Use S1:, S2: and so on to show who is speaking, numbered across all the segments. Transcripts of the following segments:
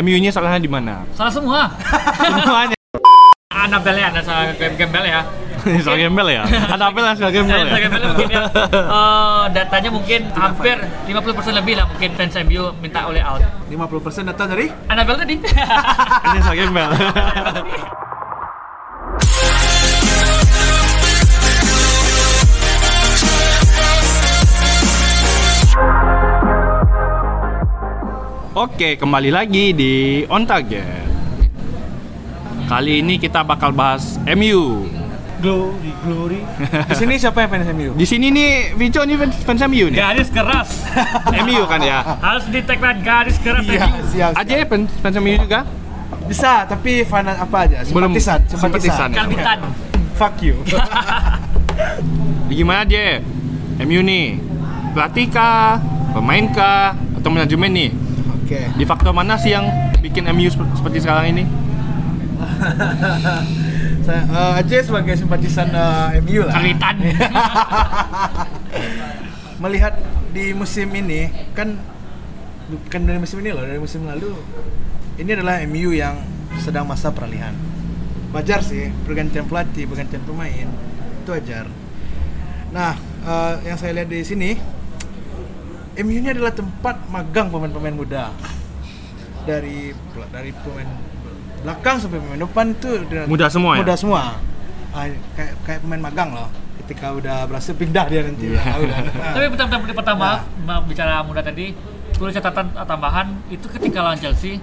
S1: MU-nya salahnya di mana?
S2: Salah semua.
S1: Semuanya.
S2: Anabel ya, ada salah game gembel ya.
S1: Soal gembel ya? Ada apel yang soal gembel ya?
S2: Salah gembel mungkin ya. Eh, datanya mungkin hampir 50% lebih lah mungkin fans MU minta oleh out.
S3: 50% data dari
S2: Anabel tadi.
S1: Ini soal gembel. Oke, kembali lagi di On Target. Kali ini kita bakal bahas MU.
S3: Glory, Glory. Di sini siapa yang fans MU?
S1: Di sini nih, Vico nih fans, fans MU nih.
S2: Garis keras.
S1: MU kan ya.
S2: Harus di tagline garis keras MU.
S3: siap.
S1: Aja ya fans, fans MU juga.
S3: Iya. Bisa, tapi fana apa aja? Simpatisan,
S1: Belum. Simpatisan.
S2: Kalbitan.
S3: Fuck you.
S1: Gimana aja? MU nih. Pelatih kah? Pemain kah? Atau manajemen nih?
S3: Oke.
S1: Di faktor mana sih yang bikin MU sep- seperti sekarang ini?
S3: Saya eh, aja sebagai simpatisan eh, MU lah.
S2: Kalitan.
S3: Melihat di musim ini kan bukan dari musim ini loh, dari musim lalu. Ini adalah MU yang sedang masa peralihan. Wajar sih, pergantian pelatih, pergantian pemain. Itu wajar. Nah, eh, yang saya lihat di sini, MU ini adalah tempat magang pemain-pemain muda. Dari dari pemain belakang sampai pemain depan itu dia-
S1: Muda semua ya?
S3: Muda semua. Ah, kayak kayak pemain magang loh. Ketika udah berhasil pindah dia nanti.
S1: Iya.
S3: Ah, udah. Ah.
S2: Tapi pertama pertama pertama ma- bicara muda tadi, gue ada catatan ah, tambahan itu ketika lawan Chelsea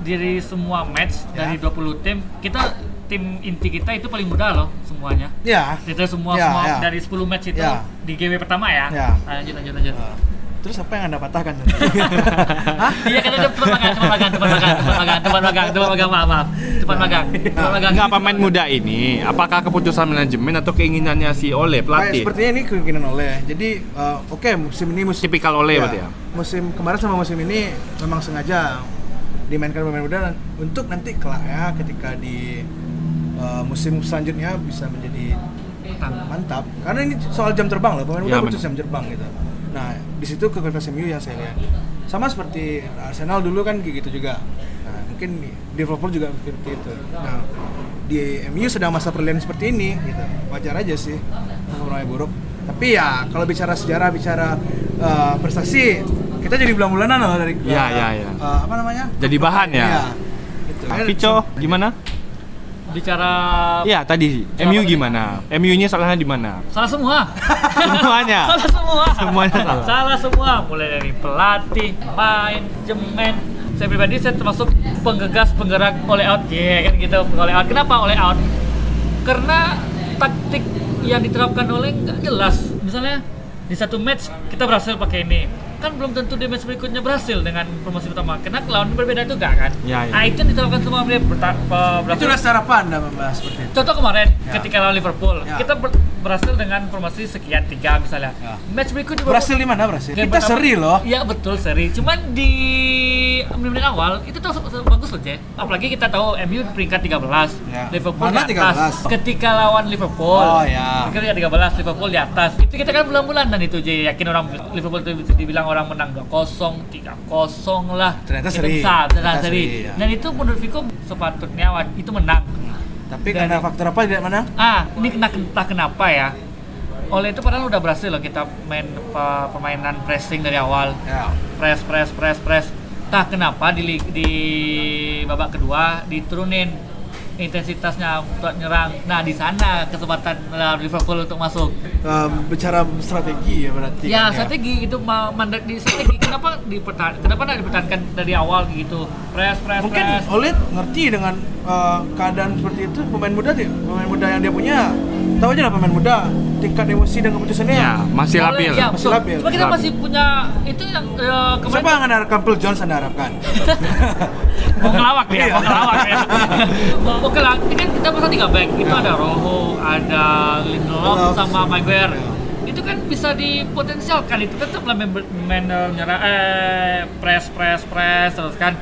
S2: dari semua match
S3: Ya.
S2: dari 20 tim, kita tim inti kita itu paling muda loh semuanya.
S3: ya.
S2: Itu semua
S3: Ya,
S2: semua
S3: ya.
S2: dari 10 match itu
S3: Ya.
S2: di game pertama ya.
S3: Ya.
S2: Nah, Lanjut lanjut lanjut.
S3: Ah. Terus apa yang Anda patahkan?
S2: Iya kan ada tempat magang, tempat magang, tempat magang, tempat magang, tempat magang, tempat magang, maaf, maaf. Tempat
S3: Ya.
S2: magang, tempat magang.
S1: Enggak pemain muda ini, apakah keputusan manajemen atau keinginannya si Ole
S3: Kayak
S1: pelatih?
S3: sepertinya ini kemungkinan oleh. Jadi eh, oke musim ini musim
S1: Tipikal Ole berarti ya.
S3: Musim kemarin sama musim ini memang sengaja dimainkan pemain muda untuk nanti kelak ya ketika di eh, musim selanjutnya bisa menjadi mantap. Karena ini soal jam terbang loh, pemain muda
S1: Ya,
S3: butuh
S1: benar.
S3: jam terbang gitu. Nah, di situ kekuatan MU yang ya, saya lihat. Sama seperti Arsenal dulu kan kayak gitu juga. Nah, mungkin developer juga seperti itu. Nah, di MU sedang masa peralihan seperti ini gitu. Wajar aja sih performanya buruk. Tapi ya kalau bicara sejarah, bicara eh, prestasi, kita jadi bulan-bulanan loh dari
S1: Ya,
S3: eh,
S1: ya, ya.
S3: eh, apa namanya?
S1: Jadi bahan ya.
S3: Iya, gitu.
S1: Nah, Vico, gimana?
S2: Bicara
S1: Ya tadi MU gimana? MU-nya salahnya di mana?
S2: salah semua.
S1: Semuanya.
S2: salah semua.
S1: Semuanya salah.
S2: semua, mulai dari pelatih, main, jemen. Saya pribadi saya termasuk penggegas penggerak oleh out. Iya kan gitu, oleh out. Kenapa oleh out? Karena taktik yang diterapkan oleh nggak jelas. Misalnya di satu match kita berhasil pakai ini kan belum tentu di match berikutnya berhasil dengan promosi utama karena lawan berbeda juga kan
S1: Ya, ya.
S2: nah itu yang diterapkan semua dia berta- pe- berhasil.
S3: Itu udah secara apa Anda membahas seperti itu?
S2: Contoh kemarin
S3: Ya.
S2: ketika lawan Liverpool,
S3: Ya.
S2: kita ber- berhasil dengan formasi sekian tiga misalnya.
S3: Ya.
S2: Match berikut juga-
S3: Berhasil di mana berhasil?
S2: Game
S3: Kita
S2: pertama-
S3: seri loh.
S2: Iya betul seri. Cuman di menit-menit awal itu tuh se- se- bagus loh, Jay. Apalagi kita tahu MU peringkat 13,
S3: Ya.
S2: Liverpool
S3: Mana
S2: di atas.
S3: 13?
S2: Ketika lawan Liverpool.
S3: Oh, ya.
S2: Peringkat 13 Liverpool di atas. Itu kita kan bulan-bulan dan itu Jay yakin orang Liverpool itu bisa dibilang orang menang 2-0, 3-0 lah.
S3: Ternyata
S2: Kita
S3: seri.
S2: bisa, Ternyata
S3: Ternyata
S2: seri.
S3: seri, ya.
S2: Dan itu menurut Vico sepatutnya wa- itu menang.
S3: Tapi
S2: Dan-
S3: karena faktor apa tidak mana?
S2: Ah, ini kena entah kenapa ya. Oleh itu padahal udah berhasil loh kita main pe- permainan pressing dari awal.
S3: Ya.
S2: Press, press, press, press. Entah kenapa di li- di babak kedua diturunin intensitasnya buat nyerang. Nah, di sana kesempatan eh, Liverpool untuk masuk.
S3: Eh, bicara strategi ya berarti.
S2: Ya,
S3: kan,
S2: strategi itu ma- mandat di strategi kenapa dipertahan kenapa nggak dipertahankan dari awal gitu. Press, press,
S3: Mungkin
S2: press.
S3: Oleh ngerti dengan eh, keadaan seperti itu pemain muda sih, pemain muda yang dia punya tahu aja lah pemain muda tingkat emosi dan keputusannya.
S1: Ya, masih
S2: Oleh-
S1: labil.
S2: Ya,
S3: Masih
S2: betul.
S3: labil.
S2: Cuma kita
S1: Labil.
S2: masih punya itu yang eh, kemarin
S3: Siapa yang anda harapkan Phil Jones anda harapkan?
S2: mau ngelawak dia,
S3: Iya.
S2: mau ngelawak ya. mau ngelawak, ini kan kita pasang tiga back, itu
S3: Ya.
S2: ada Rojo, ada Lindelof,
S3: Lindelof.
S2: sama Maguire.
S3: Ya.
S2: Itu kan bisa dipotensialkan, itu tetap lah member- main eh, menyerang, eh, press, press, press, terus kan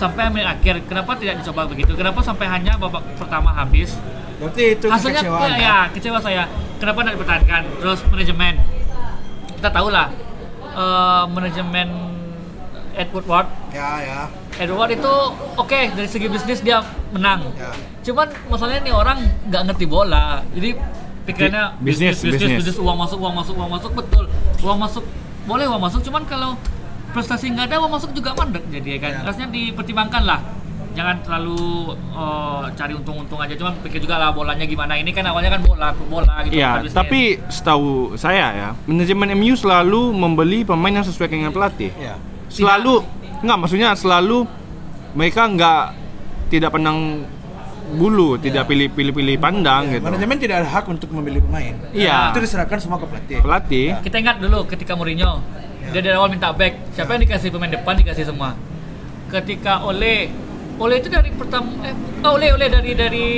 S2: sampai menit akhir. Kenapa tidak dicoba begitu? Kenapa sampai hanya babak pertama habis?
S3: Berarti itu
S2: hasilnya
S3: kekecewaan. kan?
S2: ya, ya, kecewa saya kenapa tidak dipertahankan terus manajemen kita tahu lah eh, manajemen Edward Ward.
S3: ya ya
S2: Edward Ward itu oke dari segi bisnis dia menang.
S3: ya
S2: Cuman masalahnya nih orang nggak ngerti bola. Jadi pikirannya
S1: Bi- bisnis, bisnis.
S2: bisnis, uang masuk, uang masuk, uang masuk betul. Uang masuk boleh uang masuk, cuman kalau prestasi nggak ada uang masuk juga mandek jadi ya kan.
S3: Ya.
S2: Harusnya dipertimbangkan lah. Jangan terlalu eh, cari untung-untung aja, cuman pikir juga lah bolanya gimana. Ini kan awalnya kan bola, klub bola gitu.
S1: Iya,
S2: bukan bisnis.
S1: tapi setahu saya ya, manajemen MU selalu membeli pemain yang sesuai dengan pelatih.
S3: ya
S1: Selalu, nggak maksudnya selalu mereka nggak tidak pandang bulu, tidak pilih-pilih-pilih pandang
S3: Ya,
S1: gitu.
S3: manajemen tidak ada hak untuk memilih pemain
S1: Iya.
S3: itu diserahkan semua ke pelatih
S1: Pelatih.
S2: Kita ingat dulu ketika Mourinho
S3: Ya.
S2: dia dari awal minta back. Siapa yang dikasih pemain depan dikasih semua. Ketika Ole Ole itu dari pertama eh oh, Ole Ole dari dari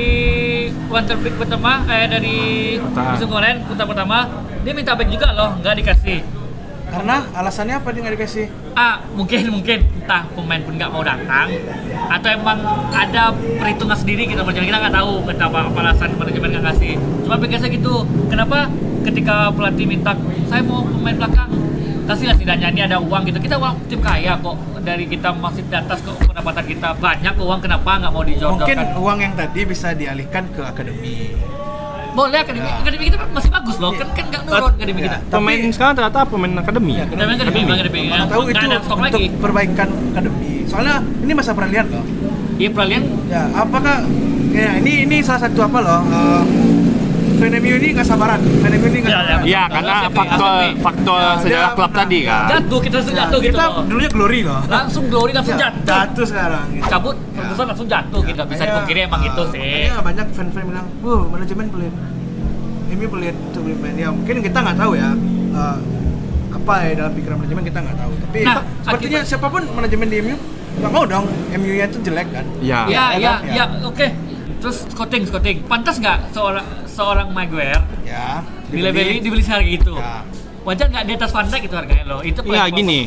S2: Winter Break pertama eh dari
S1: Bertahan.
S2: musim kemarin putar pertama dia minta back juga loh nggak dikasih.
S3: karena alasannya apa dia nggak dikasih
S2: Ah mungkin mungkin entah pemain pun nggak mau datang atau emang ada perhitungan sendiri kita manajemen kita nggak tahu kenapa apa alasan manajemen nggak ngasih. Cuma biasanya gitu. Kenapa ketika pelatih minta saya mau pemain belakang kasih lah setidaknya ini ada uang gitu kita uang tim kaya kok dari kita masih di atas kok pendapatan kita banyak uang kenapa nggak mau
S3: mungkin
S2: dijordokan
S3: uang yang tadi bisa dialihkan ke akademi
S2: boleh akademi,
S3: Ya.
S2: akademi kita kan masih bagus loh kan kan nggak nurut akademi kita
S3: Tapi-
S1: Pemain sekarang ternyata pemain akademi.
S3: Iya,
S2: akademi akademi akademi ya.
S3: mana tahu
S2: Iya. nggak
S3: itu
S2: ada stok
S3: untuk
S2: lagi
S3: perbaikan akademi soalnya ini masa peralihan loh
S2: iya peralihan
S3: ya apakah ya ini ini salah satu apa loh eh, fan MU ini nggak sabaran fan MU ini nggak
S2: Ya, ya,
S3: sabaran
S1: Iya, karena
S2: Tapi-
S1: faktor
S2: tapi-
S1: faktor
S3: Ya,
S1: sejarah
S3: dia
S1: klub
S3: menang.
S1: tadi kan.
S2: jatuh kita langsung
S3: Ya,
S2: jatuh gitu
S3: kita
S2: loh.
S3: dulunya glory loh
S2: langsung glory langsung
S3: Ya,
S2: jatuh
S3: sekarang gitu.
S2: cabut
S3: Ya.
S2: Ferguson langsung jatuh
S3: Ya,
S2: gitu bisa
S3: makanya,
S2: dipungkiri emang
S3: eh,
S2: gitu sih
S3: makanya banyak fan-fan bilang bu manajemen pelit ini pelit untuk beli pemain ya mungkin kita nggak tahu ya eh, apa ya dalam pikiran manajemen kita nggak tahu tapi
S2: Nah,
S3: sepertinya
S2: akibat-
S3: siapapun manajemen di MU nggak mau dong MU nya itu jelek kan
S1: Iya.
S2: ya
S3: Ya,
S2: ya
S3: kan?
S2: ya oke terus scouting scouting pantas nggak seorang seorang Maguire
S3: ya
S2: dilebeli dibeli seharga itu
S3: Ya.
S2: wajar nggak di atas Van Dijk itu harganya loh itu
S1: Iya,
S2: paling-
S1: gini.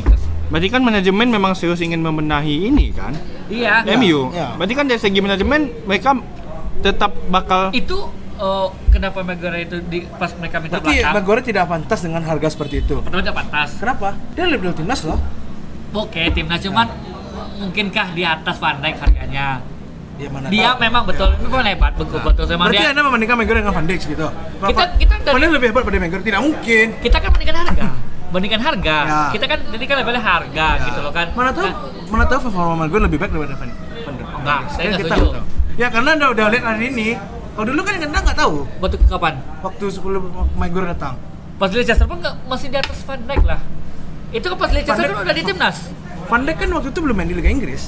S1: Berarti kan manajemen memang serius ingin membenahi ini kan.
S2: iya
S1: MU.
S3: iya.
S1: Berarti kan dari segi manajemen mereka tetap bakal
S2: itu eh, kenapa Maguire itu di, pas mereka minta
S3: berarti
S2: belakang
S3: Maguire tidak pantas dengan harga seperti itu
S2: pertama tidak pantas
S3: kenapa dia lebih dulu timnas loh
S2: oke timnas
S3: Ya.
S2: cuman mungkinkah di atas Van Dijk harganya
S3: dia Ya, mana
S2: dia
S3: tahu. Ya.
S2: memang betul memang hebat betul betul memang
S3: berarti
S2: dia
S3: anda membandingkan Maguire dengan Van Dijk gitu
S2: Kita- kita dari-
S3: Padahal lebih hebat pada Maguire tidak mungkin
S2: kita kan bandingkan harga bandingkan harga
S3: Ya.
S2: kita kan jadi kan levelnya harga
S3: Ya.
S2: gitu loh kan
S3: Mana tahu
S2: Nah,
S3: mana tahu performa gue lebih baik daripada Van Van der Vaart.
S2: Enggak, saya
S3: Kan
S2: nggak
S3: kita
S2: setuju.
S3: nggak tahu. Ya karena anda udah lihat hari ini. Kalau dulu kan kita nggak tahu
S2: waktu kapan
S3: waktu sebelum Maguire datang.
S2: pas Leicester pun nggak- masih di atas Van Dijk lah itu kan pas Leicester
S3: Van Dijk-
S2: kan udah di timnas
S3: Van Dijk kan waktu itu belum main di Liga Inggris.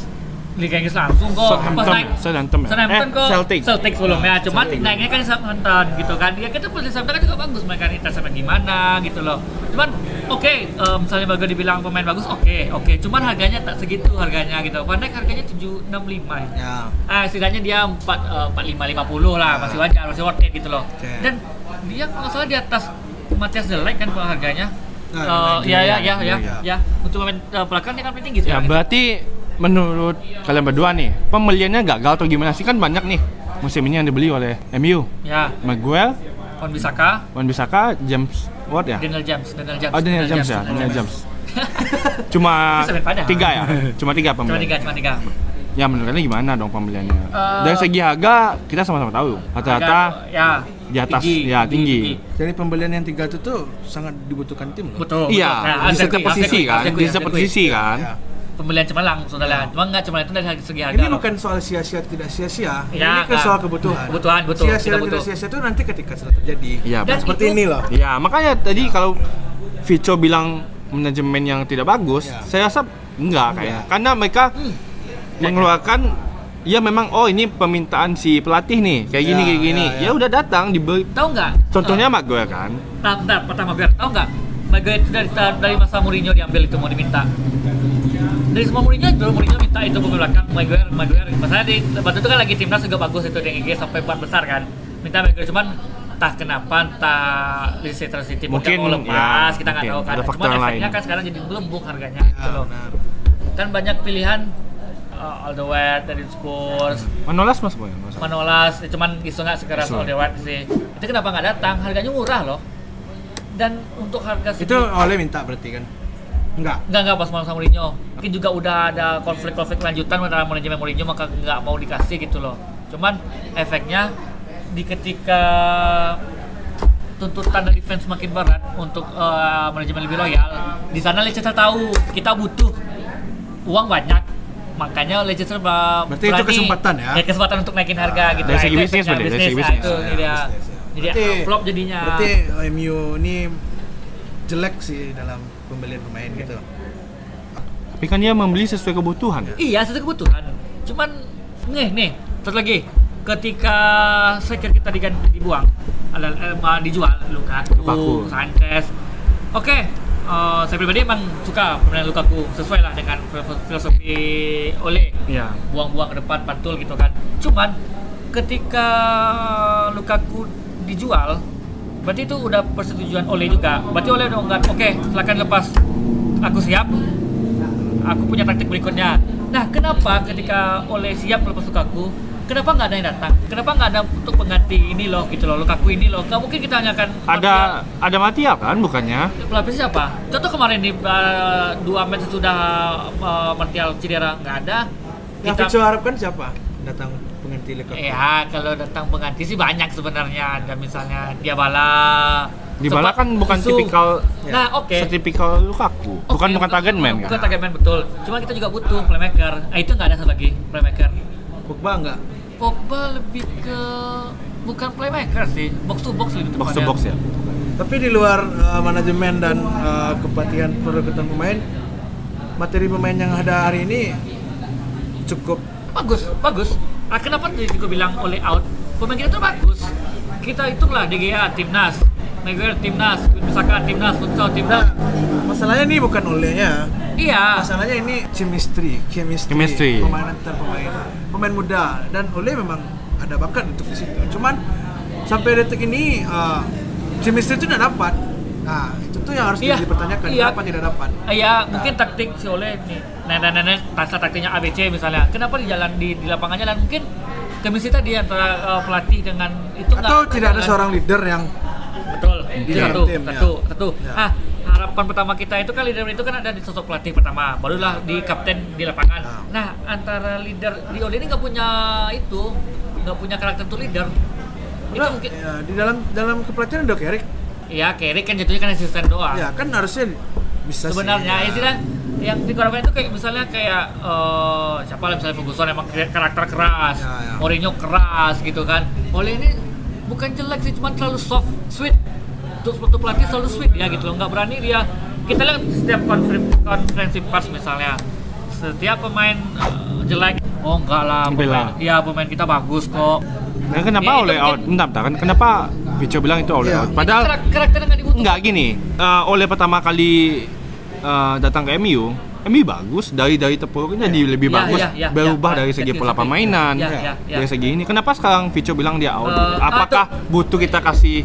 S2: Liga Inggris langsung kok pas
S1: Southampton,
S2: naik
S1: Southampton ya?
S2: Southampton
S1: Eh,
S2: kok
S1: Celtic.
S2: Celtic sebelumnya cuman
S1: Celtic.
S2: naiknya kan Southampton gitu kan ya kita pas Southampton kan juga bagus mereka kita sama gimana gitu loh cuman oke eh, misalnya bagus dibilang pemain bagus oke oke cuman harganya tak segitu harganya gitu Van Dijk harganya 765 ya
S3: Ya.
S2: Ah, setidaknya dia eh, 4 45 50
S1: Ah.
S2: lah, masih wajar, masih worth it gitu loh.
S3: Oke.
S2: Dan dia kalau nggak salah di atas Matias Delek kan kalau harganya.
S3: Nah,
S2: Eh,
S3: naik
S2: ya, ya,
S1: juga,
S2: ya, ya,
S1: naik juga.
S2: ya. Untuk pemain eh, belakang dia kan paling tinggi
S1: Ya
S2: sekarang.
S1: berarti menurut kalian berdua nih pembeliannya gagal atau gimana sih kan banyak nih musim ini yang dibeli oleh MU.
S2: ya.
S1: Maguire,
S2: Wan Bisaka,
S1: Wan Bisaka, James Ward ya.
S2: Daniel James, Daniel James.
S1: Oh Daniel James ya, Daniel James. Cuma
S2: Bisa main padahal.
S1: tiga ya, cuma tiga
S2: Cuma
S1: pembelian.
S2: tiga, cuma tiga.
S1: Ya menurut kalian gimana dong pembeliannya?
S2: Eh,
S1: Dari segi harga kita sama-sama tahu rata-rata
S2: Harga, ya,
S1: di atas, ya, tinggi.
S3: Jadi pembelian yang tiga itu tuh sangat dibutuhkan tim loh.
S2: Betul.
S1: iya
S2: betul. Nah,
S1: di
S2: harus
S1: setiap
S2: akui, harus
S1: posisi
S2: akui,
S1: kan,
S2: harus
S1: di
S2: akui, harus
S1: setiap
S2: akui.
S1: posisi Iya. kan.
S2: Iya.
S3: Ya.
S2: Pembelian cemerlang, saudara. Cuma nggak cemerlang itu dari segi harga.
S3: Ini
S2: loh.
S3: bukan soal sia-sia tidak sia-sia.
S2: Ya,
S3: ini kan
S2: nah.
S3: soal kebutuhan.
S2: Kebutuhan, betul.
S3: Sia-sia
S2: Tidak
S3: tidak
S2: butuh.
S3: sia-sia itu nanti ketika sudah terjadi.
S1: Iya.
S2: Dan
S1: benar.
S3: Seperti
S2: itu-
S3: ini loh.
S1: Ya makanya tadi
S2: Iya.
S1: kalau Vico bilang manajemen yang tidak bagus,
S2: Iya.
S3: Ya.
S1: saya rasa enggak kayaknya.
S3: Enggak.
S1: Karena mereka
S2: Hmm.
S1: mengeluarkan ya memang oh ini permintaan si pelatih nih kayak gini
S3: Ya,
S2: Iya,
S1: kayak gini.
S3: ya,
S1: Ya,
S3: ya.
S1: udah datang dibeli.
S2: Tahu nggak?
S1: Contohnya
S2: Iya.
S1: mak gue kan.
S2: Nah, bentar, pertama biar tahu nggak? Maguire itu dari dari masa Mourinho diambil itu mau diminta. Dari semua Mourinho, dulu Mourinho minta itu pemain belakang Maguire, Maguire. Masalahnya di waktu itu kan lagi timnas juga bagus itu di Inggris sampai empat besar kan. Minta Maguire cuman entah kenapa entah Leicester City
S1: Mungkin,
S2: mau
S1: ya,
S2: lepas kita nggak
S1: mungkin.
S2: tahu kan.
S1: Ada
S2: Cuman
S1: faktor
S2: efeknya
S1: lain. Iya.
S2: kan sekarang jadi melembung harganya
S3: Ya,
S2: gitu loh.
S3: benar.
S2: Kan banyak pilihan uh, Alderweireld dari Spurs,
S1: Manolas mas boy. Mas.
S2: Manolas ya cuman isu nggak sekeras
S1: Isu.
S2: all the way sih itu kenapa nggak datang harganya murah loh dan untuk harga
S3: Itu
S2: segitu-
S3: oleh minta berarti kan. Enggak.
S2: Enggak enggak pas malam sama Mourinho. Mungkin juga udah ada konflik-konflik lanjutan antara manajemen Mourinho maka nggak mau dikasih gitu loh. Cuman efeknya di ketika tuntutan dari fans makin berat untuk eh, manajemen lebih loyal, di sana Leicester tahu kita butuh uang banyak. Makanya Leicester ba-
S3: Berarti itu
S2: berani-
S3: kesempatan ya?
S2: Ya kesempatan untuk naikin harga
S3: Ah,
S2: gitu.
S1: dari
S2: Nah,
S1: segi
S2: itu
S1: bisnis
S2: efeknya,
S1: berarti, dari segi
S2: bisnis. Nah,
S1: bisnis.
S2: itu
S1: Ya,
S2: jadi dia- jadi
S3: Berarti-
S2: flop jadinya.
S3: Berarti MU ini jelek sih dalam pembelian pemain gitu.
S1: Tapi kan dia membeli sesuai kebutuhan.
S2: Iya, sesuai kebutuhan. Cuman nih nih, terus lagi ketika striker kita diganti dibuang, ada eh, ma- dijual Lukaku,
S1: Lukaku.
S2: Sanchez. Oke, eh, saya pribadi emang suka pemain Lukaku sesuai lah dengan filo- filosofi Ole.
S1: Iya.
S2: Buang-buang ke depan pantul gitu kan. Cuman ketika Lukaku dijual, berarti itu udah persetujuan Ole juga. Berarti Ole udah nggak, oke, silakan lepas. Aku siap, aku punya taktik berikutnya. Nah, kenapa ketika oleh siap melepas Lukaku, kenapa nggak ada yang datang? Kenapa nggak ada untuk pengganti ini loh, gitu loh, Lukaku ini loh? Nggak mungkin kita tanyakan
S1: Ada
S2: Iya.
S1: ada Matia kan bukannya?
S2: pelapisnya siapa? Contoh kemarin di uh, dua match sudah uh, Martial cedera nggak ada.
S3: Yang
S2: Kita-
S3: Vico harapkan siapa? Datang pengganti Lukaku.
S2: Ya, kalau datang pengganti sih banyak sebenarnya. Ada misalnya Diabala.
S1: Dybala
S2: Sempat
S1: kan bukan
S2: Yusuf.
S1: tipikal-
S2: Nah, oke.
S1: Setipikal Lukaku.
S2: Oke,
S1: Bukan bukan target man
S2: Bukan
S1: kan?
S2: target man betul. Cuma kita juga butuh playmaker. Nah, itu nggak ada satu lagi playmaker.
S3: Pogba enggak?
S2: Pogba lebih ke bukan playmaker sih, box to box lebih
S1: Box to
S2: tepatnya.
S1: box ya.
S3: Tapi di luar eh, manajemen dan eh, kepatihan perekrutan pemain, materi pemain yang ada hari ini cukup
S2: Bagus, bagus. Ah, kenapa tadi gue bilang oleh out? Pemain kita tuh bagus. Kita hitunglah DGA timnas, Maguire timnas, misalkan timnas, futsal timnas.
S3: Nah, masalahnya ini bukan olehnya
S2: Iya.
S3: masalahnya ini chemistry chemistry,
S1: Chemistry.
S3: pemain antar pemain pemain muda dan oleh memang ada bakat untuk di situ cuman sampai detik ini eh, chemistry itu tidak dapat nah itu tuh yang harus
S2: Iya.
S3: dipertanyakan
S2: Iya.
S3: kenapa tidak dapat
S2: Ah, Ya, mungkin
S3: Nah.
S2: taktik si Ole nih. Nah, Nenek-nenek rasa taktiknya ABC misalnya. Kenapa di jalan di, di lapangan jalan mungkin kemisi tadi antara eh, pelatih dengan itu nggak-
S3: atau tidak ada
S2: nggak-
S3: seorang leader yang
S2: Betul.
S3: Di
S2: Itu
S3: dalam
S2: satu,
S3: tim,
S2: satu,
S3: ya.
S2: satu.
S3: Ya.
S2: Ah, harapan pertama kita itu kan leader itu kan ada di sosok pelatih pertama, barulah di kapten di lapangan.
S3: Ya.
S2: Nah, antara leader di Oli ini nggak punya itu, nggak punya karakter tuh leader. Itu
S3: Nah,
S2: mungkin
S3: ya, di dalam dalam kepelatihan udah Carrick
S2: Iya, Kerry kan jatuhnya kan asisten doang.
S3: ya kan harusnya bisa sih,
S2: Sebenarnya
S3: ya.
S2: istilah yang figur apa itu kayak misalnya kayak eh, siapa lah misalnya Ferguson emang kar- karakter keras,
S3: Ya, ya.
S2: Mourinho keras gitu kan. Oleh ini bukan jelek sih, cuman terlalu soft, sweet. Untuk waktu pelatih selalu sweet ya gitu loh, nggak berani dia. Kita lihat setiap konferensi, konferensi pers misalnya, setiap pemain eh, jelek, oh enggak lah,
S1: Bela.
S2: pemain, ya pemain kita bagus kok.
S1: Nah, kenapa
S2: Ya, itu
S1: oleh out?
S2: mungkin-
S1: Bentar, bentar. Kan Kenapa Vico bilang itu oleh
S3: Iya.
S1: out? Padahal
S2: Itu karak- karakter yang nggak dibutuhkan.
S1: nggak gini. eh, oleh pertama kali eh, datang ke MU, MU bagus dari dari tepuruknya jadi lebih
S2: Iya,
S1: bagus
S2: iya, iya,
S1: berubah
S2: iya.
S1: dari segi
S2: Iya,
S1: pola
S2: iya,
S1: permainan ya.
S2: iya, iya, iya.
S1: dari segi ini kenapa sekarang Vico bilang dia out
S2: Eh,
S1: apakah
S2: atau-
S1: butuh kita kasih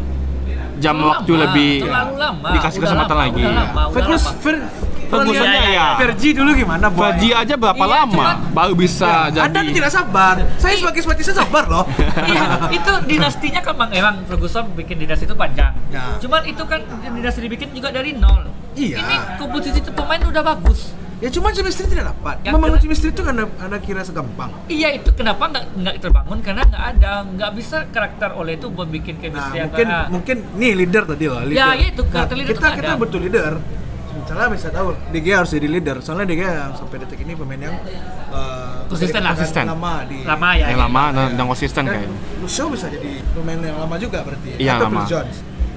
S1: jam
S2: Terlalu
S1: waktu
S2: lama,
S1: lebih ya?
S2: terlalu lama.
S1: dikasih
S2: Udah
S1: kesempatan
S2: lama,
S1: lagi
S2: udah lama.
S3: Fergus Fer
S1: Ferguson ya,
S3: Fergie-
S1: ya.
S3: Fergie dulu gimana boy?
S1: Baji aja berapa
S2: Iya,
S1: lama
S2: cuman-
S1: baru bisa
S3: Ya, Anda
S1: jadi
S3: tidak sabar. Saya sebagai sepati saya sabar loh.
S2: Iya, itu dinastinya kan emang, emang Ferguson bikin dinasti itu panjang.
S3: Ya.
S2: Cuman itu kan dinasti dibikin juga dari nol.
S3: Iya.
S2: Ini komposisi tuh pemain udah bagus.
S3: ya cuma chemistry tidak dapat.
S2: Ya,
S3: Membangun
S2: karena-
S3: chemistry itu kan Anda, anda kira segampang.
S2: Iya itu kenapa nggak nggak terbangun karena nggak ada nggak bisa karakter oleh itu buat bikin
S3: Nah,
S2: chemistry yang
S3: mungkin
S2: nggak-
S3: mungkin nih leader tadi loh, leader. Nah,
S2: iya, itu, karakter leader
S3: kita
S2: itu
S3: kita
S2: ada.
S3: butuh leader. Misalnya bisa tahu DG harus jadi leader. Soalnya DG yang sampai detik ini pemain yang eh,
S2: Konsisten lah.
S3: bertahan lama di
S2: lama ya.
S1: yang
S2: ya.
S1: lama dan, dan konsisten
S3: Dan
S1: kayak
S3: Lucio bisa jadi pemain yang lama juga berarti. ya.
S1: Iya,
S3: Atau Phil
S1: lama.
S3: Jones.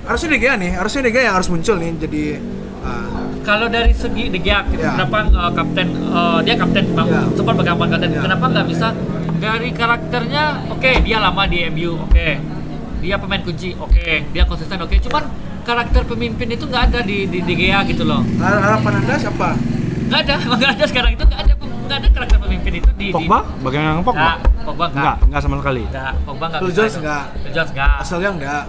S3: Harusnya DG nih, harusnya DG yang harus muncul nih jadi eh,
S2: Kalau dari segi De Gea,
S3: Ya.
S2: kenapa eh, kapten eh, dia kapten bang,
S3: Ya.
S2: sempat pegang ban kapten,
S3: Ya.
S2: kenapa nggak bisa dari karakternya? Oke dia lama di MU, oke dia pemain kunci, oke dia konsisten, oke cuman karakter pemimpin itu nggak ada di, di De Gea gitu loh.
S3: har- harapan Anda siapa?
S2: Nggak ada, emang nggak ada sekarang itu nggak ada pem- nggak ada karakter pemimpin itu di. di-
S1: Pogba bagaimana dengan Pogba
S2: Nggak, Pogba nggak.
S1: enggak enggak sama sekali
S2: Nggak, Pogba nggak.
S3: Phil
S2: bisa
S3: Jones
S2: itu.
S3: nggak.
S2: Phil Jones nggak.
S3: Asalnya enggak.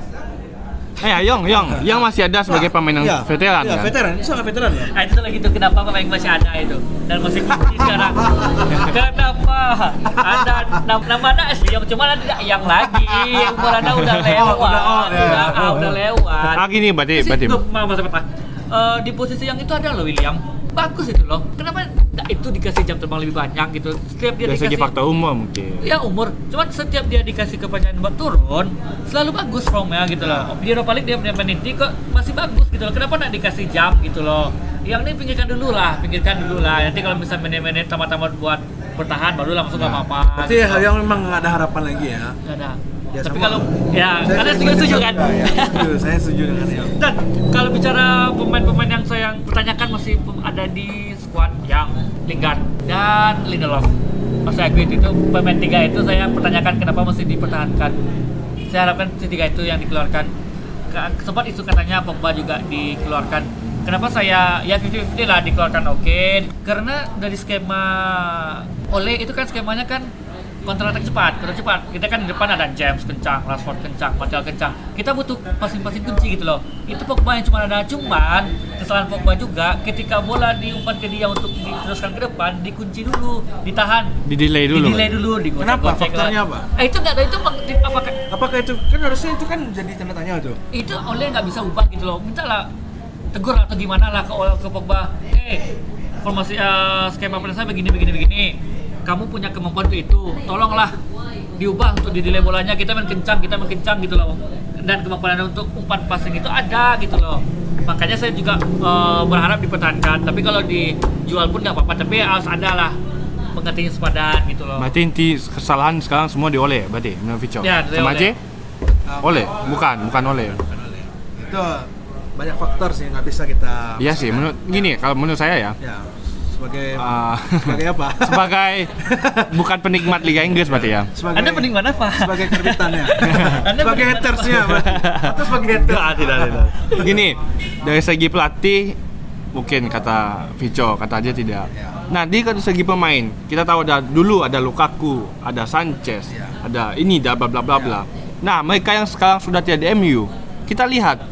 S1: eh Yong Yong yang masih ada sebagai pemain yang
S3: Iya.
S1: veteran
S3: Iya,
S1: kan?
S3: veteran. Itu sangat veteran ya? loh.
S2: Nah, itu lagi tuh kenapa pemain masih ada itu dan masih kunci sekarang. kenapa? Ada nama nama ada sih yang cuma ada yang lagi yang umur anda udah lewat,
S3: Oh, udah, oh, ya.
S2: udah, ah, udah lewat.
S1: ah gini berarti
S2: Sih,
S1: berarti
S2: tuh, ma- masa pertama. Eh, di posisi yang itu ada loh William. bagus itu loh kenapa nggak itu dikasih jam terbang lebih banyak gitu setiap dia
S1: dari segi
S2: dikasih
S1: fakta umum mungkin
S2: ya umur cuman setiap dia dikasih kepercayaan buat turun selalu bagus formnya gitu loh di Europa League dia punya peniti kok masih bagus gitu loh kenapa nggak dikasih jam gitu loh yang ini pinggirkan dulu lah pinggirkan dulu lah nanti kalau bisa menit-menit tamat-tamat buat bertahan baru langsung nggak apa-apa
S3: Berarti
S2: gitu.
S3: hal yang memang nggak ada harapan lagi ya.
S2: Nggak ada
S3: Ya,
S2: tapi
S3: sama.
S2: kalau ya
S3: Saya
S2: kalian
S3: setuju
S2: setuju
S3: dengan
S2: kan
S3: Chandra, ya. Setuju, saya setuju dengan ya.
S2: Dan kalau bicara pemain-pemain yang saya pertanyakan masih pem- ada di squad yang Lingard dan Lindelof. Pas saya quit itu pemain tiga itu saya pertanyakan kenapa masih dipertahankan. Saya harapkan si tiga itu yang dikeluarkan. Ka- Sempat isu katanya Pogba juga dikeluarkan. Kenapa saya ya 50-50 lah dikeluarkan oke karena dari skema Oleh itu kan skemanya kan counter attack cepat, counter cepat. Kita kan di depan ada James kencang, Rashford kencang, Martial kencang. Kita butuh passing-passing kunci gitu loh. Itu Pogba yang cuma ada cuman kesalahan Pogba juga ketika bola diumpan ke dia untuk diteruskan ke depan, dikunci dulu, ditahan,
S1: di delay dulu
S2: di delay dulu, digocek-gocek
S3: Kenapa?
S2: lah.
S3: Faktornya apa?
S2: Eh, itu nggak ada itu Bang. Di- apakah
S3: Apakah itu kan harusnya itu kan jadi tanda tanya tuh.
S2: itu oleh nggak bisa ubah gitu loh mintalah tegur atau gimana lah ke ke Pogba eh formasi eh, skema permainan saya begini begini begini kamu punya kemampuan untuk itu tolonglah diubah untuk di delay bolanya kita main kencang kita main kencang gitu loh dan kemampuan Anda untuk umpan passing itu ada gitu loh makanya saya juga eh, berharap dipertahankan tapi kalau dijual pun nggak apa-apa tapi harus ada lah penggantinya sepadan gitu loh
S1: berarti inti kesalahan sekarang semua dioleh berarti menurut Vico
S2: Ya, dari
S1: sama aja
S2: Oleh.
S3: Ah,
S1: oleh bukan bukan oleh
S3: bukan oleh. Itu banyak faktor sih nggak bisa kita.
S1: iya sih menurut gini kalau menurut saya ya
S3: Ya sebagai
S1: Ah.
S3: sebagai apa?
S1: sebagai bukan penikmat Liga Inggris berarti ya
S3: sebagai
S2: Anda mending mana Pak?
S3: sebagai kerbitannya
S2: Anda
S3: sebagai
S2: mending-
S3: hatersnya berarti. atau sebagai haters
S1: Gini, dari segi pelatih mungkin kata Vico, kata aja tidak.
S3: Ya.
S1: Nah, di dari segi pemain, kita tahu ada dulu ada Lukaku, ada Sanchez,
S3: Ya.
S1: ada ini dah bla bla bla bla. Nah, mereka yang sekarang sudah tidak di MU, kita lihat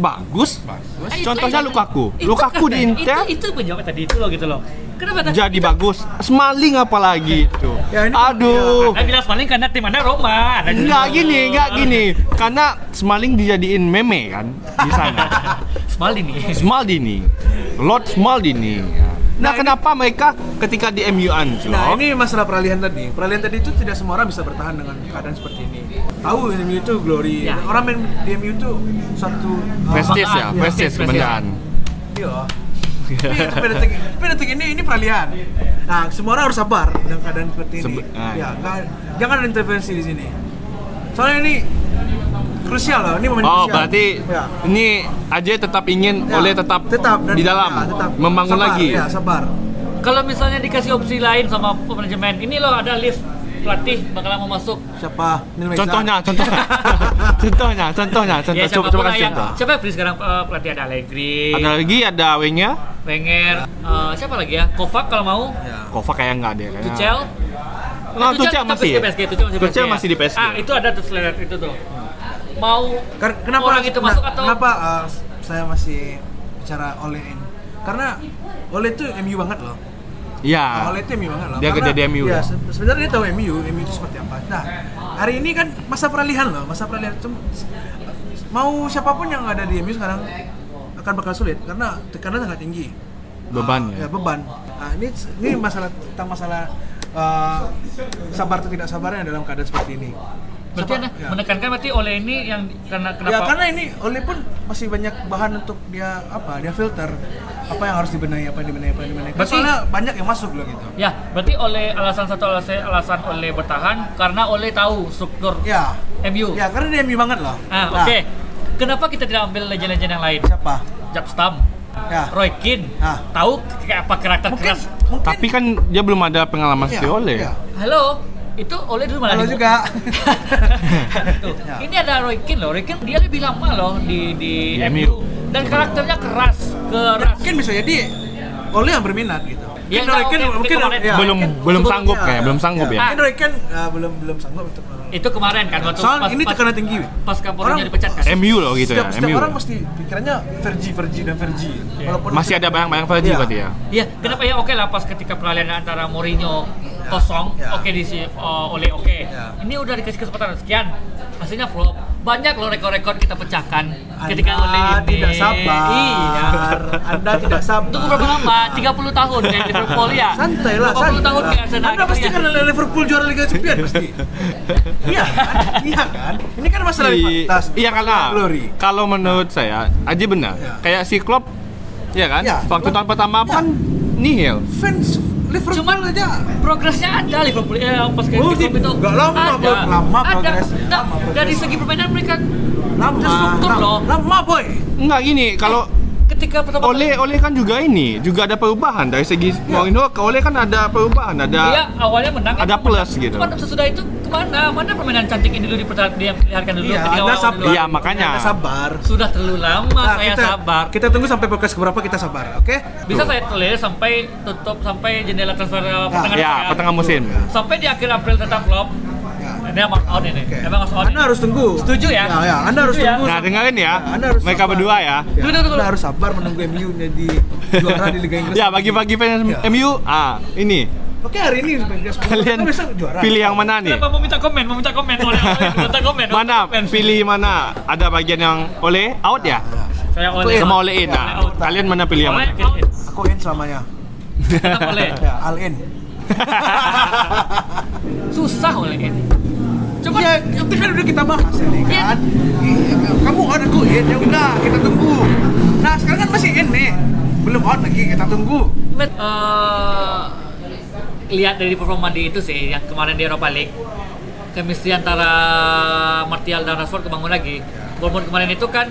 S1: bagus.
S3: Bagus.
S2: Eh, itu-
S1: Contohnya
S2: itu-
S1: Lukaku.
S2: itu-
S1: Lukaku di Inter
S2: itu, itu penjawab tadi itu loh gitu loh kenapa tadi-
S1: jadi bagus. Smalling apalagi itu.
S3: Ya, ini-
S1: Aduh.
S2: Anda bilang paling karena tim Anda Roma. Anda
S1: Enggak gini, enggak gini. Karena Smalling dijadiin meme kan di sana.
S2: Smalling nih.
S1: Smaldini, Lord Smaldini. Nah, kenapa mereka ketika di MU anjlok?
S3: Nah ini masalah peralihan tadi. Peralihan tadi itu tidak semua orang bisa bertahan dengan keadaan seperti ini. Tahu MU itu glory.
S2: Ya.
S3: Orang main di MU itu satu uh,
S1: prestis ya,
S2: Apaan?
S1: prestis
S2: Prestis,
S1: kebenaran.
S3: Iya. Iya, tapi detik- tapi detik ini ini peralihan. Nah, semua orang harus sabar dengan keadaan seperti ini.
S1: Sebe- ah.
S3: Ya, nggak- jangan ada intervensi di sini. Soalnya ini krusial loh, ini momen
S1: Oh,
S3: krusial.
S1: berarti
S3: Ya.
S1: ini aja tetap ingin
S3: Ya,
S1: oleh tetap,
S3: dan-
S1: di dalam
S3: ya, tetap.
S1: membangun
S3: Sabar,
S1: lagi.
S3: Ya, sabar.
S2: Kalau misalnya dikasih opsi lain sama manajemen, ini loh ada lift pelatih bakalan mau masuk.
S3: Siapa? Nil Mehzad.
S1: Contohnya, contohnya, contohnya, contohnya, contoh, coba,
S2: Ya, siapa
S1: coba
S2: pun lah
S1: kasih
S2: yang,
S1: contoh.
S2: siapa yang beli sekarang eh, pelatih ada Allegri,
S1: Ada lagi ada wingnya,
S2: Wenger, eh, siapa lagi ya? Kovac kalau mau,
S3: Ya.
S1: Kovac kayak nggak deh. kayaknya.
S2: Tuchel.
S1: Nah,
S2: Eh,
S1: Tuchel
S2: tetap
S1: masih
S2: di
S1: ya?
S2: PSG, Tuchel masih,
S1: Tuchel
S2: ya?
S1: masih di PSG.
S2: Ah, itu ada tuh selera itu tuh. Mau
S3: Ker- kenapa
S2: orang itu
S3: nah,
S2: masuk atau
S3: kenapa uh, saya masih bicara Ole in? Karena Ole itu MU banget loh.
S1: Iya.
S3: Oleh ya. itu MU banget lah.
S1: Dia kerja di MU
S3: Ya,
S1: lah.
S3: se- sebenarnya dia tahu MU, MU itu seperti apa. Nah, hari ini kan masa peralihan loh, masa peralihan. Cuma- mau siapapun yang ada di MU sekarang akan bakal sulit karena tekanan sangat tinggi.
S1: Beban
S3: Ah,
S1: ya.
S3: ya. beban. Nah, ini ini masalah tentang masalah ah, sabar atau tidak sabarnya dalam keadaan seperti ini.
S2: berarti
S3: Sabar-
S2: Anda
S3: ya.
S2: menekankan berarti oleh ini yang karena kenapa
S3: Ya karena ini Ole pun masih banyak bahan untuk dia apa dia filter apa yang harus dibenahi apa yang dibenahi apa yang dibenahi.
S2: Berarti-
S3: Soalnya banyak yang masuk loh gitu.
S2: Ya, berarti oleh alasan satu alasan alasan oleh bertahan karena oleh tahu struktur
S3: Ya,
S2: MU.
S3: Ya karena dia MU banget loh. Nah,
S2: Ah, oke. Kenapa kita tidak ambil legend-legend yang lain?
S3: Siapa?
S2: Jack Stam,
S3: Ya.
S2: Roy Keane,
S3: Ah.
S2: tahu kayak apa karakter
S3: Mungkin,
S2: keras.
S3: mungkin.
S1: Tapi kan dia belum ada pengalaman
S3: Ya,
S1: seperti Oleh.
S3: ya.
S2: Halo, itu oleh dulu malah
S3: Halo
S2: di-
S3: juga.
S2: Tuh,
S3: Ya.
S2: Ini ada Roy Keane loh. Roy Keane dia lebih lama loh di di
S1: Di MU.
S2: MU dan karakternya keras, keras.
S3: Ya, mungkin bisa jadi Ole yang berminat gitu.
S2: Ya,
S3: Mungkin Roy Keane-
S2: oke,
S3: mungkin
S2: oke,
S3: ya,
S1: Belum
S3: mungkin-
S1: belum
S2: sebelumnya-
S1: sanggup kayak, belum sanggup ya.
S3: Mungkin Roy Keane, eh, belum belum sanggup untuk eh,
S2: Itu kemarin kan waktu
S3: Soal ini tekanan tinggi.
S2: Pas
S3: Orang-
S2: kapolanya dipecat kan.
S1: MU loh gitu
S3: setiap,
S1: ya,
S3: setiap
S1: MU.
S3: orang mesti pikirannya Vergi, Vergi dan Vergi. Walaupun
S1: Masih ada bayang-bayang Fergie
S3: Iya.
S1: berarti ya.
S2: Iya, kenapa ya oke lah pas ketika peralihan antara Mourinho kosong,
S3: Ya.
S2: oke di si- oh, oleh oke.
S3: Ya.
S2: Ini udah dikasih kesempatan sekian, hasilnya flop. banyak loh rekor-rekor kita pecahkan ketika
S3: Anda
S2: oleh ini.
S3: tidak sabar.
S2: Iya.
S3: Anda tidak sabar.
S2: Tunggu berapa lama? 30 tahun kayak Liverpool ya.
S3: Santai lah,
S2: 30
S3: santai.
S2: tahun
S3: lah.
S2: kayak Arsenal.
S3: Anda
S2: gitu
S3: pasti
S2: ya.
S3: kan dari Liverpool juara Liga Champions pasti.
S1: ya.
S3: Iya kan? Iya kan? Ini kan masalah
S1: I-
S3: rivalitas.
S1: iya karena
S3: Glory. Nah.
S1: kalau menurut saya Aji benar
S3: Ya.
S1: kayak si Klopp ya kan
S3: Ya,
S1: waktu
S3: Klopp.
S1: tahun pertama
S3: Ya.
S1: kan nihil
S3: Fans Liverpool
S2: Cuman
S3: aja.
S2: progresnya ada Liverpool eh, pas kayak
S3: Oh,
S2: di klub
S3: tidak.
S2: itu
S3: Nggak lama,
S2: ada,
S3: Bang. Lama
S2: ada.
S3: progresnya.
S2: Nggak,
S3: Lama progresnya.
S2: dari segi permainan mereka
S3: Lama,
S2: Terstruktur loh.
S3: lama, lama boy.
S1: nggak gini kalau
S2: ketika
S3: Eh.
S2: pertama
S1: Oleh Oleh kan juga ini juga ada perubahan dari
S3: Iya.
S1: segi Mourinho ke Oleh kan ada perubahan ada
S2: Iya, awalnya menang.
S1: ada
S2: itu
S1: plus
S2: menang.
S1: gitu.
S2: Cuman sesudah itu kemana? Mana permainan cantik yang dulu dipertahankan yang dipertahankan dulu?
S3: Iya,
S2: ketika
S3: Anda
S2: awal-awal
S3: sabar.
S2: dulu?
S1: Iya, makanya.
S3: Anda sabar.
S2: Sudah terlalu lama
S3: Nah,
S2: saya
S3: kita,
S2: sabar.
S3: Kita tunggu sampai podcast keberapa kita sabar, oke?
S2: Bisa saya tulis sampai tutup sampai jendela transfer uh, pertengahan
S1: ya
S2: saya.
S1: pertengah musim
S3: Ya.
S2: Sampai di akhir April tetap flop.
S3: Ya.
S2: Ini emang out ini.
S3: Oke.
S2: Emang harus out.
S3: Anda harus tunggu.
S2: Setuju ya?
S3: Ya, ya. Anda harus
S2: Setuju ya?
S3: tunggu.
S1: nah dengerin ya
S3: Ya, Anda harus
S1: mereka
S3: sabar.
S1: berdua ya
S3: Ya,
S2: Tunggu, tunggu, tunggu.
S3: Anda harus sabar menunggu MU menjadi juara di Liga Inggris.
S1: ya bagi-bagi fans
S3: Ya.
S1: MU ah ini
S3: Oke, hari ini Liga Inggris.
S1: kalian
S3: Kita besok juara.
S1: pilih yang mana nih
S2: Kenapa mau minta komen? Mau minta komen? Oleh, oleh, minta komen.
S1: mana
S2: Komen.
S1: pilih mana ada bagian yang Oleh out ya
S3: Iya.
S2: Saya oleh.
S1: sama Oleh in
S2: Oleh
S1: nah
S2: out.
S1: kalian mana pilih yang
S2: Oleh
S1: mana
S2: out.
S3: Aku in selamanya.
S2: Tetap oleh.
S3: Ya, all in.
S2: Susah oleh ini. Coba
S3: Ya, itu kan udah kita bahas ini kan. Iya, Kamu on aku in, ya udah kita tunggu. Nah, sekarang kan masih in nih. Belum on lagi, kita tunggu.
S2: Met- eh, lihat dari performa di itu sih yang kemarin di Europa League chemistry antara Martial dan Rashford kebangun lagi Bournemouth kemarin itu kan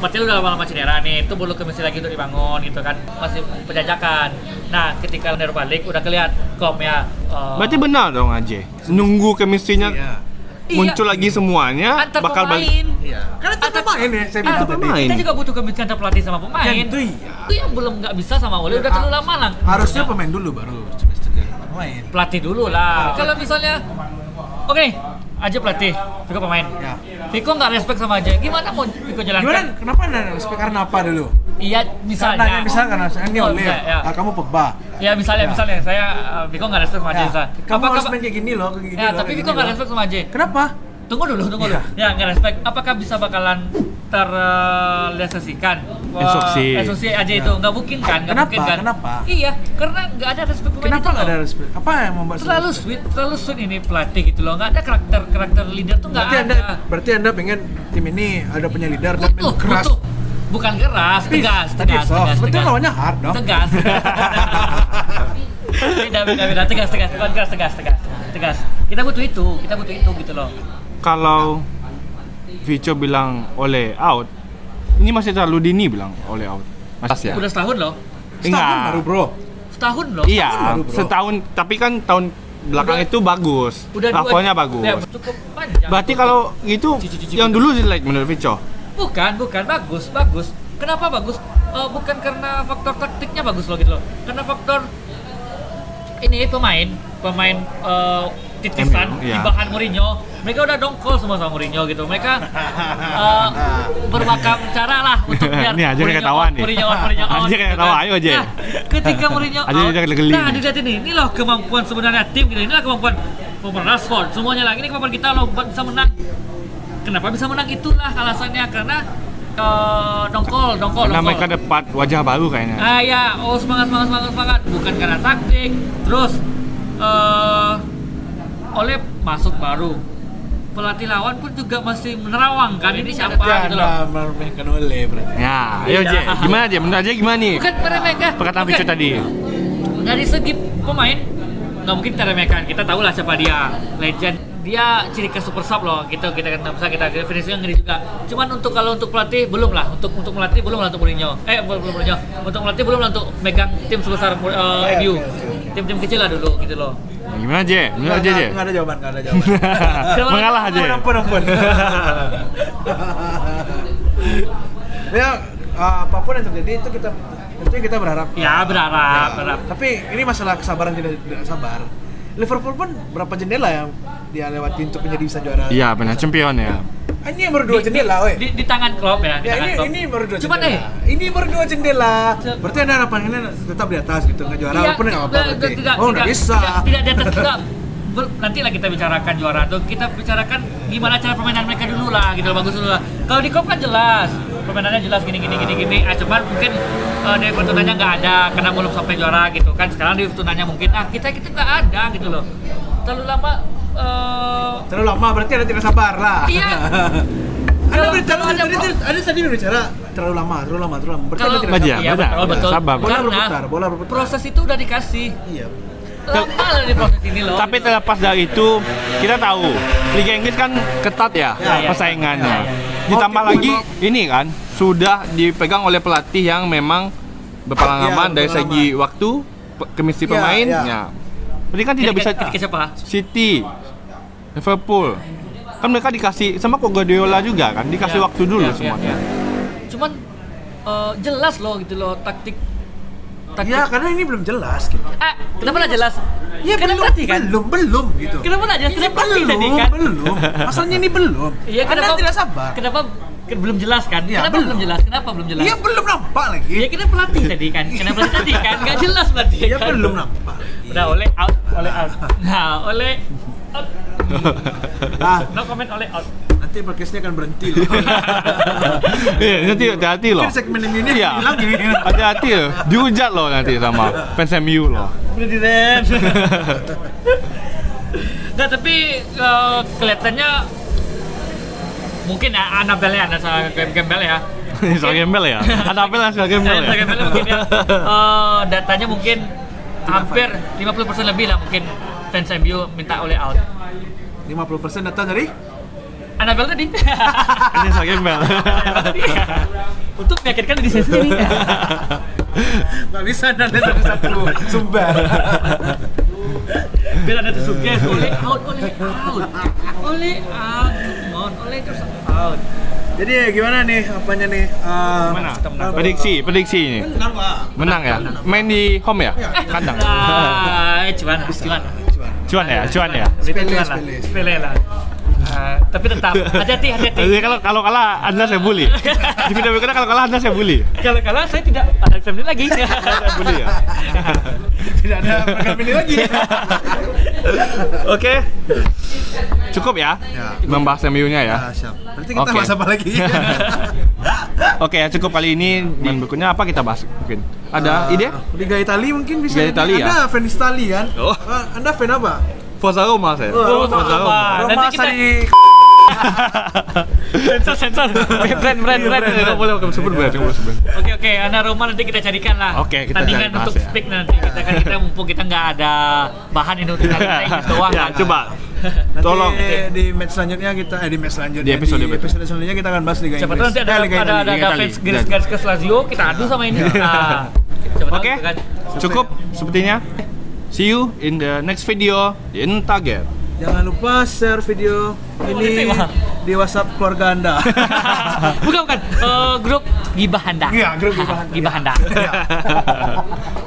S2: Martial udah lama-lama cedera nih itu belum chemistry lagi untuk dibangun gitu kan masih penjajakan nah ketika di Europa League udah kelihatan kom ya eh,
S1: berarti benar dong Aji nunggu kemisinya
S2: Iya.
S1: muncul lagi semuanya
S2: antar
S1: bakal
S2: pemain
S1: balik
S3: Iya. Karena tetap
S2: Atak-
S3: main ya, saya
S2: Ah,
S3: bilang tadi.
S1: pemain.
S2: kita juga butuh chemistry antara pelatih sama pemain
S3: Dan itu iya.
S2: itu yang belum nggak bisa sama Ole udah terlalu lama lah
S3: Harusnya pemain dulu baru semester dari pemain.
S2: pelatih dulu lah. Kalau misalnya, oke nih, aja pelatih, Viko pemain.
S3: Ya.
S2: Viko nggak respect sama aja. Gimana mau Viko
S3: Gimana?
S2: jalankan?
S3: Kenapa Anda respect karena apa dulu?
S2: Iya, misalnya.
S3: Karena misalnya karena saya ini
S2: Oh,
S3: oleh
S2: enggak, ya.
S3: ah, kamu pogba.
S2: Ya, misalnya,
S3: Ya.
S2: misalnya saya uh, Viko nggak respect sama aja.
S3: Ya,
S2: misalnya.
S3: Kamu
S2: Apakah-
S3: harus main kayak gini loh, kayak gini
S2: Ya,
S3: loh,
S2: tapi
S3: kayak
S2: Viko
S3: gini
S2: nggak
S3: loh. Kan-
S2: respect sama aja.
S3: Kenapa?
S2: Tunggu dulu, tunggu
S3: Iya.
S2: dulu. Ya, nggak respect. Apakah bisa bakalan terrealisasikan?
S1: Instruksi.
S2: Instruksi aja
S3: Ya.
S2: itu nggak mungkin kan? Nggak
S3: Kenapa?
S2: mungkin kan?
S3: Kenapa?
S2: Iya, karena nggak ada respect pemain
S3: Kenapa
S2: itu
S3: nggak
S2: gitu loh.
S3: ada respect? Apa yang membuat
S2: terlalu sweet terlalu sweet ini pelatih gitu loh nggak ada karakter karakter leader tuh nggak
S3: Berarti
S2: ada
S3: anda, berarti anda pengen tim ini ada punya leader dan
S2: butuh
S3: main keras.
S2: butuh bukan keras tegas
S3: Tadi
S2: tegas
S3: soft.
S2: tegas
S3: Berarti
S2: tegas
S3: lawannya hard dong.
S2: tegas beda beda beda tegas tegas bukan keras tegas tegas tegas kita butuh itu kita butuh itu gitu loh
S1: kalau Vico bilang oleh out ini masih terlalu dini bilang oleh out masih ya
S2: udah setahun loh
S3: Setahun baru bro.
S2: setahun loh
S1: iya
S3: setahun baru, bro.
S1: setahun tapi kan tahun belakang
S2: Udah-
S1: itu bagus
S2: udah dua-
S1: lakonnya bagus
S2: Ya, cukup panjang
S1: berarti kalau gitu
S2: Cuci- cuci-
S1: yang
S2: cuci.
S1: dulu jelek menurut Vico
S2: Bukan, bukan bagus, bagus. Kenapa bagus? Eh, bukan karena faktor taktiknya bagus loh gitu loh. Karena faktor ini pemain, pemain eh,
S1: MU,
S2: titisan
S1: iya.
S2: di bahan Mourinho. Mereka udah dongkol semua sama Mourinho gitu. Mereka eh, berbagai cara lah untuk biar
S1: Ini aja kayak
S2: Mourinho
S1: ketawa
S2: out,
S1: nih.
S2: Mourinho out, Mourinho out,
S1: Aja kayak
S2: gitu
S1: ketawa,
S2: kan.
S1: ayo aja.
S2: Nah, ketika Mourinho
S1: Aja
S2: out,
S1: udah geli
S2: nah
S1: nih.
S2: dilihat ini, ini loh kemampuan sebenarnya tim gitu. Inilah kemampuan pemain Rashford, semuanya lagi ini kemampuan kita loh buat bisa menang kenapa bisa menang itulah alasannya karena eh, dongkol dongkol
S1: karena mereka
S2: dongkol
S1: dapat kan wajah baru kayaknya
S2: ah ya oh semangat semangat semangat semangat bukan karena taktik terus eh oleh masuk baru pelatih lawan pun juga masih menerawang kan ini siapa
S3: Ya
S2: gitu
S3: anda
S2: loh
S3: meremehkan oleh berarti.
S1: ya ayo
S2: Iya.
S1: Je gimana Je menurut aja gimana nih
S2: bukan meremehkan
S1: perkataan
S2: bukan.
S1: Vico tadi
S2: dari segi pemain nggak mungkin kita remehkan kita tahu lah siapa dia legend dia ciri khas super sub loh gitu kita kan bisa kita finishnya ngeri juga cuman untuk kalau untuk pelatih belum lah untuk untuk melatih belum lah untuk Mourinho eh belum belum Mourinho untuk melatih belum lah untuk megang tim sebesar
S3: Iya,
S2: eh, MU tim-tim kecil lah dulu gitu loh
S1: Ya, gimana Je menurut aja Je
S3: Nggak nggak ada jawaban, nggak ada jawaban.
S1: mengalah aja
S3: Ampun, ampun, ampun. ya eh, apapun yang terjadi itu kita tentunya kita berharap.
S2: ya
S1: Nah,
S2: berharap
S3: Iya.
S2: berharap
S3: Nah, Tapi ini masalah kesabaran tidak, tidak sabar. Liverpool pun berapa jendela yang dia lewati untuk menjadi bisa juara? Ah,
S1: iya benar champion ya
S3: Ini baru dua
S2: Di-
S3: jendela, weh.
S2: di, di tangan Klopp ya di
S3: Ya
S2: tangan
S3: ini
S2: Klopp
S3: ini baru dua
S2: cuman eh
S3: jendela. Ini baru dua jendela. Berarti anda harapannya tetap di atas gitu nggak juara
S2: Iya,
S3: walaupun nggak apa-apa.
S2: tidak-
S3: berarti.
S2: tidak-
S3: oh
S2: tidak-
S3: nggak bisa.
S2: Tidak, tidak di atas kita. bel- nanti lah kita bicarakan juara atau kita bicarakan gimana cara permainan mereka dulu lah gitu loh bagus dulu lah kalau di kop kan jelas permainannya jelas gini gini gini gini ah cuman mungkin eh, dari tunanya nggak ada karena belum sampai juara gitu kan sekarang dari tunanya mungkin ah kita kita nggak ada gitu loh terlalu lama eh,
S3: Terlalu lama berarti Anda tidak sabar lah.
S2: Iya.
S3: Anda
S2: Kalau-
S3: berbicara
S2: kalau ada
S3: tadi
S2: pro-
S3: Anda tadi berbicara terlalu lama, terlalu lama, terlalu lama. Berarti Anda tidak
S1: Baja.
S3: sabar.
S1: Iya, benar,
S2: betul,
S1: benar.
S2: betul.
S1: Sabar, betul.
S2: Karena
S3: Bola berputar, bola berputar.
S2: proses itu udah dikasih
S3: Iya.
S2: lama lah di proses ini loh
S1: Tapi terlepas dari itu, kita tahu Liga Inggris kan ketat ya,
S3: Iya,
S2: Ya, ya,
S1: persaingannya.
S2: ya, ya, ya.
S1: Ditambah
S3: Oke,
S1: lagi
S3: memang-
S1: ini kan sudah dipegang oleh pelatih yang memang berpengalaman
S3: Ya,
S1: dari
S3: berpengalaman.
S1: segi waktu, pe- chemistry
S3: Ya,
S1: pemain.
S3: ya.
S1: Ya. Berarti kan tidak bisa
S2: Ketika- ketika siapa
S1: City, Liverpool. Kan mereka dikasih sama kok Guardiola juga kan, dikasih
S3: Iya.
S2: Ya,
S1: waktu dulu
S2: ya, ya,
S1: semuanya.
S2: ya. Cuman eh, jelas loh gitu loh taktik taktik.
S3: Iya, karena ini belum jelas gitu.
S2: Ah, kenapa nggak jelas?
S3: Iya,
S2: kenapa
S3: belum,
S2: tadi kan?
S3: belum, belum gitu.
S2: Kenapa nggak jelas? Kenapa tadi
S3: belum,
S2: tadi kan?
S3: belum. Masalahnya ini belum.
S2: Iya, kenapa?
S3: Anda tidak sabar.
S2: Kenapa ke- belum jelas kan?
S3: Iya,
S2: kenapa
S3: belum.
S2: belum jelas? Kenapa belum jelas?
S3: Iya, belum nampak lagi.
S2: Iya, kenapa pelatih tadi kan? Kenapa pelatih tadi kan? Nggak jelas berarti.
S3: Iya,
S2: kan?
S3: belum nampak.
S2: Udah oleh out, oleh out. Nah, oleh out.
S3: Nah,
S2: No comment oleh out.
S3: nanti podcastnya akan berhenti loh.
S1: Iya, nanti hati-hati loh.
S3: Mungkin segmen ini
S1: Iya.
S3: hilang ya. gini.
S1: Hati-hati loh, dihujat loh nanti sama fans MU loh.
S2: Udah di rem. Nggak, tapi eh, kelihatannya mungkin ya, Anabel-nya ada sama Gembel ya.
S1: Soal gembel ya? Anapel lah soal gembel ya?
S2: Saya Gembel mungkin ya. eh, datanya mungkin hampir 50% lebih lah mungkin fans MU minta oleh out.
S3: 50% data dari
S2: Anabel tadi.
S1: Ini soal gembel
S2: Untuk meyakinkan diri saya sendiri.
S3: nggak bisa ada dari satu sumber.
S2: Biar ada tersuggest oleh out, oleh out. Oleh out, come on, oleh terus out.
S3: Jadi eh, gimana nih apanya nih? Eh,
S1: Mana? Prediksi, prediksi ini
S3: Menang lah.
S1: Menang ya? Main di home ya? Kandang?
S2: Ah, cuman, cuman.
S1: Cuan ya? Cuan ya?
S2: Sepele,
S3: Sepele,
S2: lah,
S3: sepele.
S2: sepele lah. Eh, tapi tetap hati-hati, hati-hati.
S1: Jadi kalau kalau kalah Anda saya bully. Di video berikutnya kalau kalah Anda saya bully.
S2: Kalau kalah saya tidak ada family lagi.
S1: Bully ya.
S3: Tidak ada program ini Ya, lagi.
S1: Oke. Cukup ya.
S3: Ya.
S1: Membahas MU-nya ya.
S3: Ah, siap. Berarti kita
S1: Oke.
S3: bahas apa lagi?
S1: Oke, ya cukup kali ini main berikutnya apa kita bahas mungkin. Ada
S3: Eh,
S1: ide?
S3: Liga Itali mungkin bisa.
S1: Liga Itali ya?
S3: Anda fans Itali kan?
S1: Oh.
S3: Eh, Anda fan apa?
S1: Forza Roma saya.
S2: Oh,
S1: Forza
S2: Roma.
S1: Roma.
S2: Nanti
S3: Roma
S2: kita-
S3: Sari
S2: sensor, sensor. Brand,
S1: Keren,
S2: brand, Iya, brand.
S1: keren, keren. Boleh kamu sebut boleh kamu sebut.
S2: Oke oke, Ana Roma nanti kita carikan lah.
S1: Oke, kita
S2: Tandingan
S1: cari bahas
S2: untuk
S1: ya.
S2: speak nanti. Kita kan kita mumpung kita nggak ada bahan ini untuk kita Inggris doang.
S1: Ya,
S2: kan.
S1: coba.
S3: Nanti
S1: Tolong.
S3: di match selanjutnya kita eh di match selanjutnya
S1: Di episode
S3: di episode selanjutnya kita akan bahas Liga
S2: Siapa tahu
S3: Inggris.
S2: nanti ada
S3: Eh,
S2: ada
S3: Liga
S2: ada,
S3: Itali.
S2: ada,
S1: Liga Itali.
S2: fans garis garis ke Lazio kita adu sama ini. Nah, siapa tahu
S1: Oke,
S2: gitu kan.
S1: cukup sepertinya. See you in the next video in Target.
S3: Jangan lupa share video
S2: Oh,
S3: ini
S2: diterima.
S3: di WhatsApp keluarga Anda.
S2: bukan bukan Eh, grup gibah anda
S3: Iya, grup Gibah Anda.
S2: gibah anda
S3: Iya.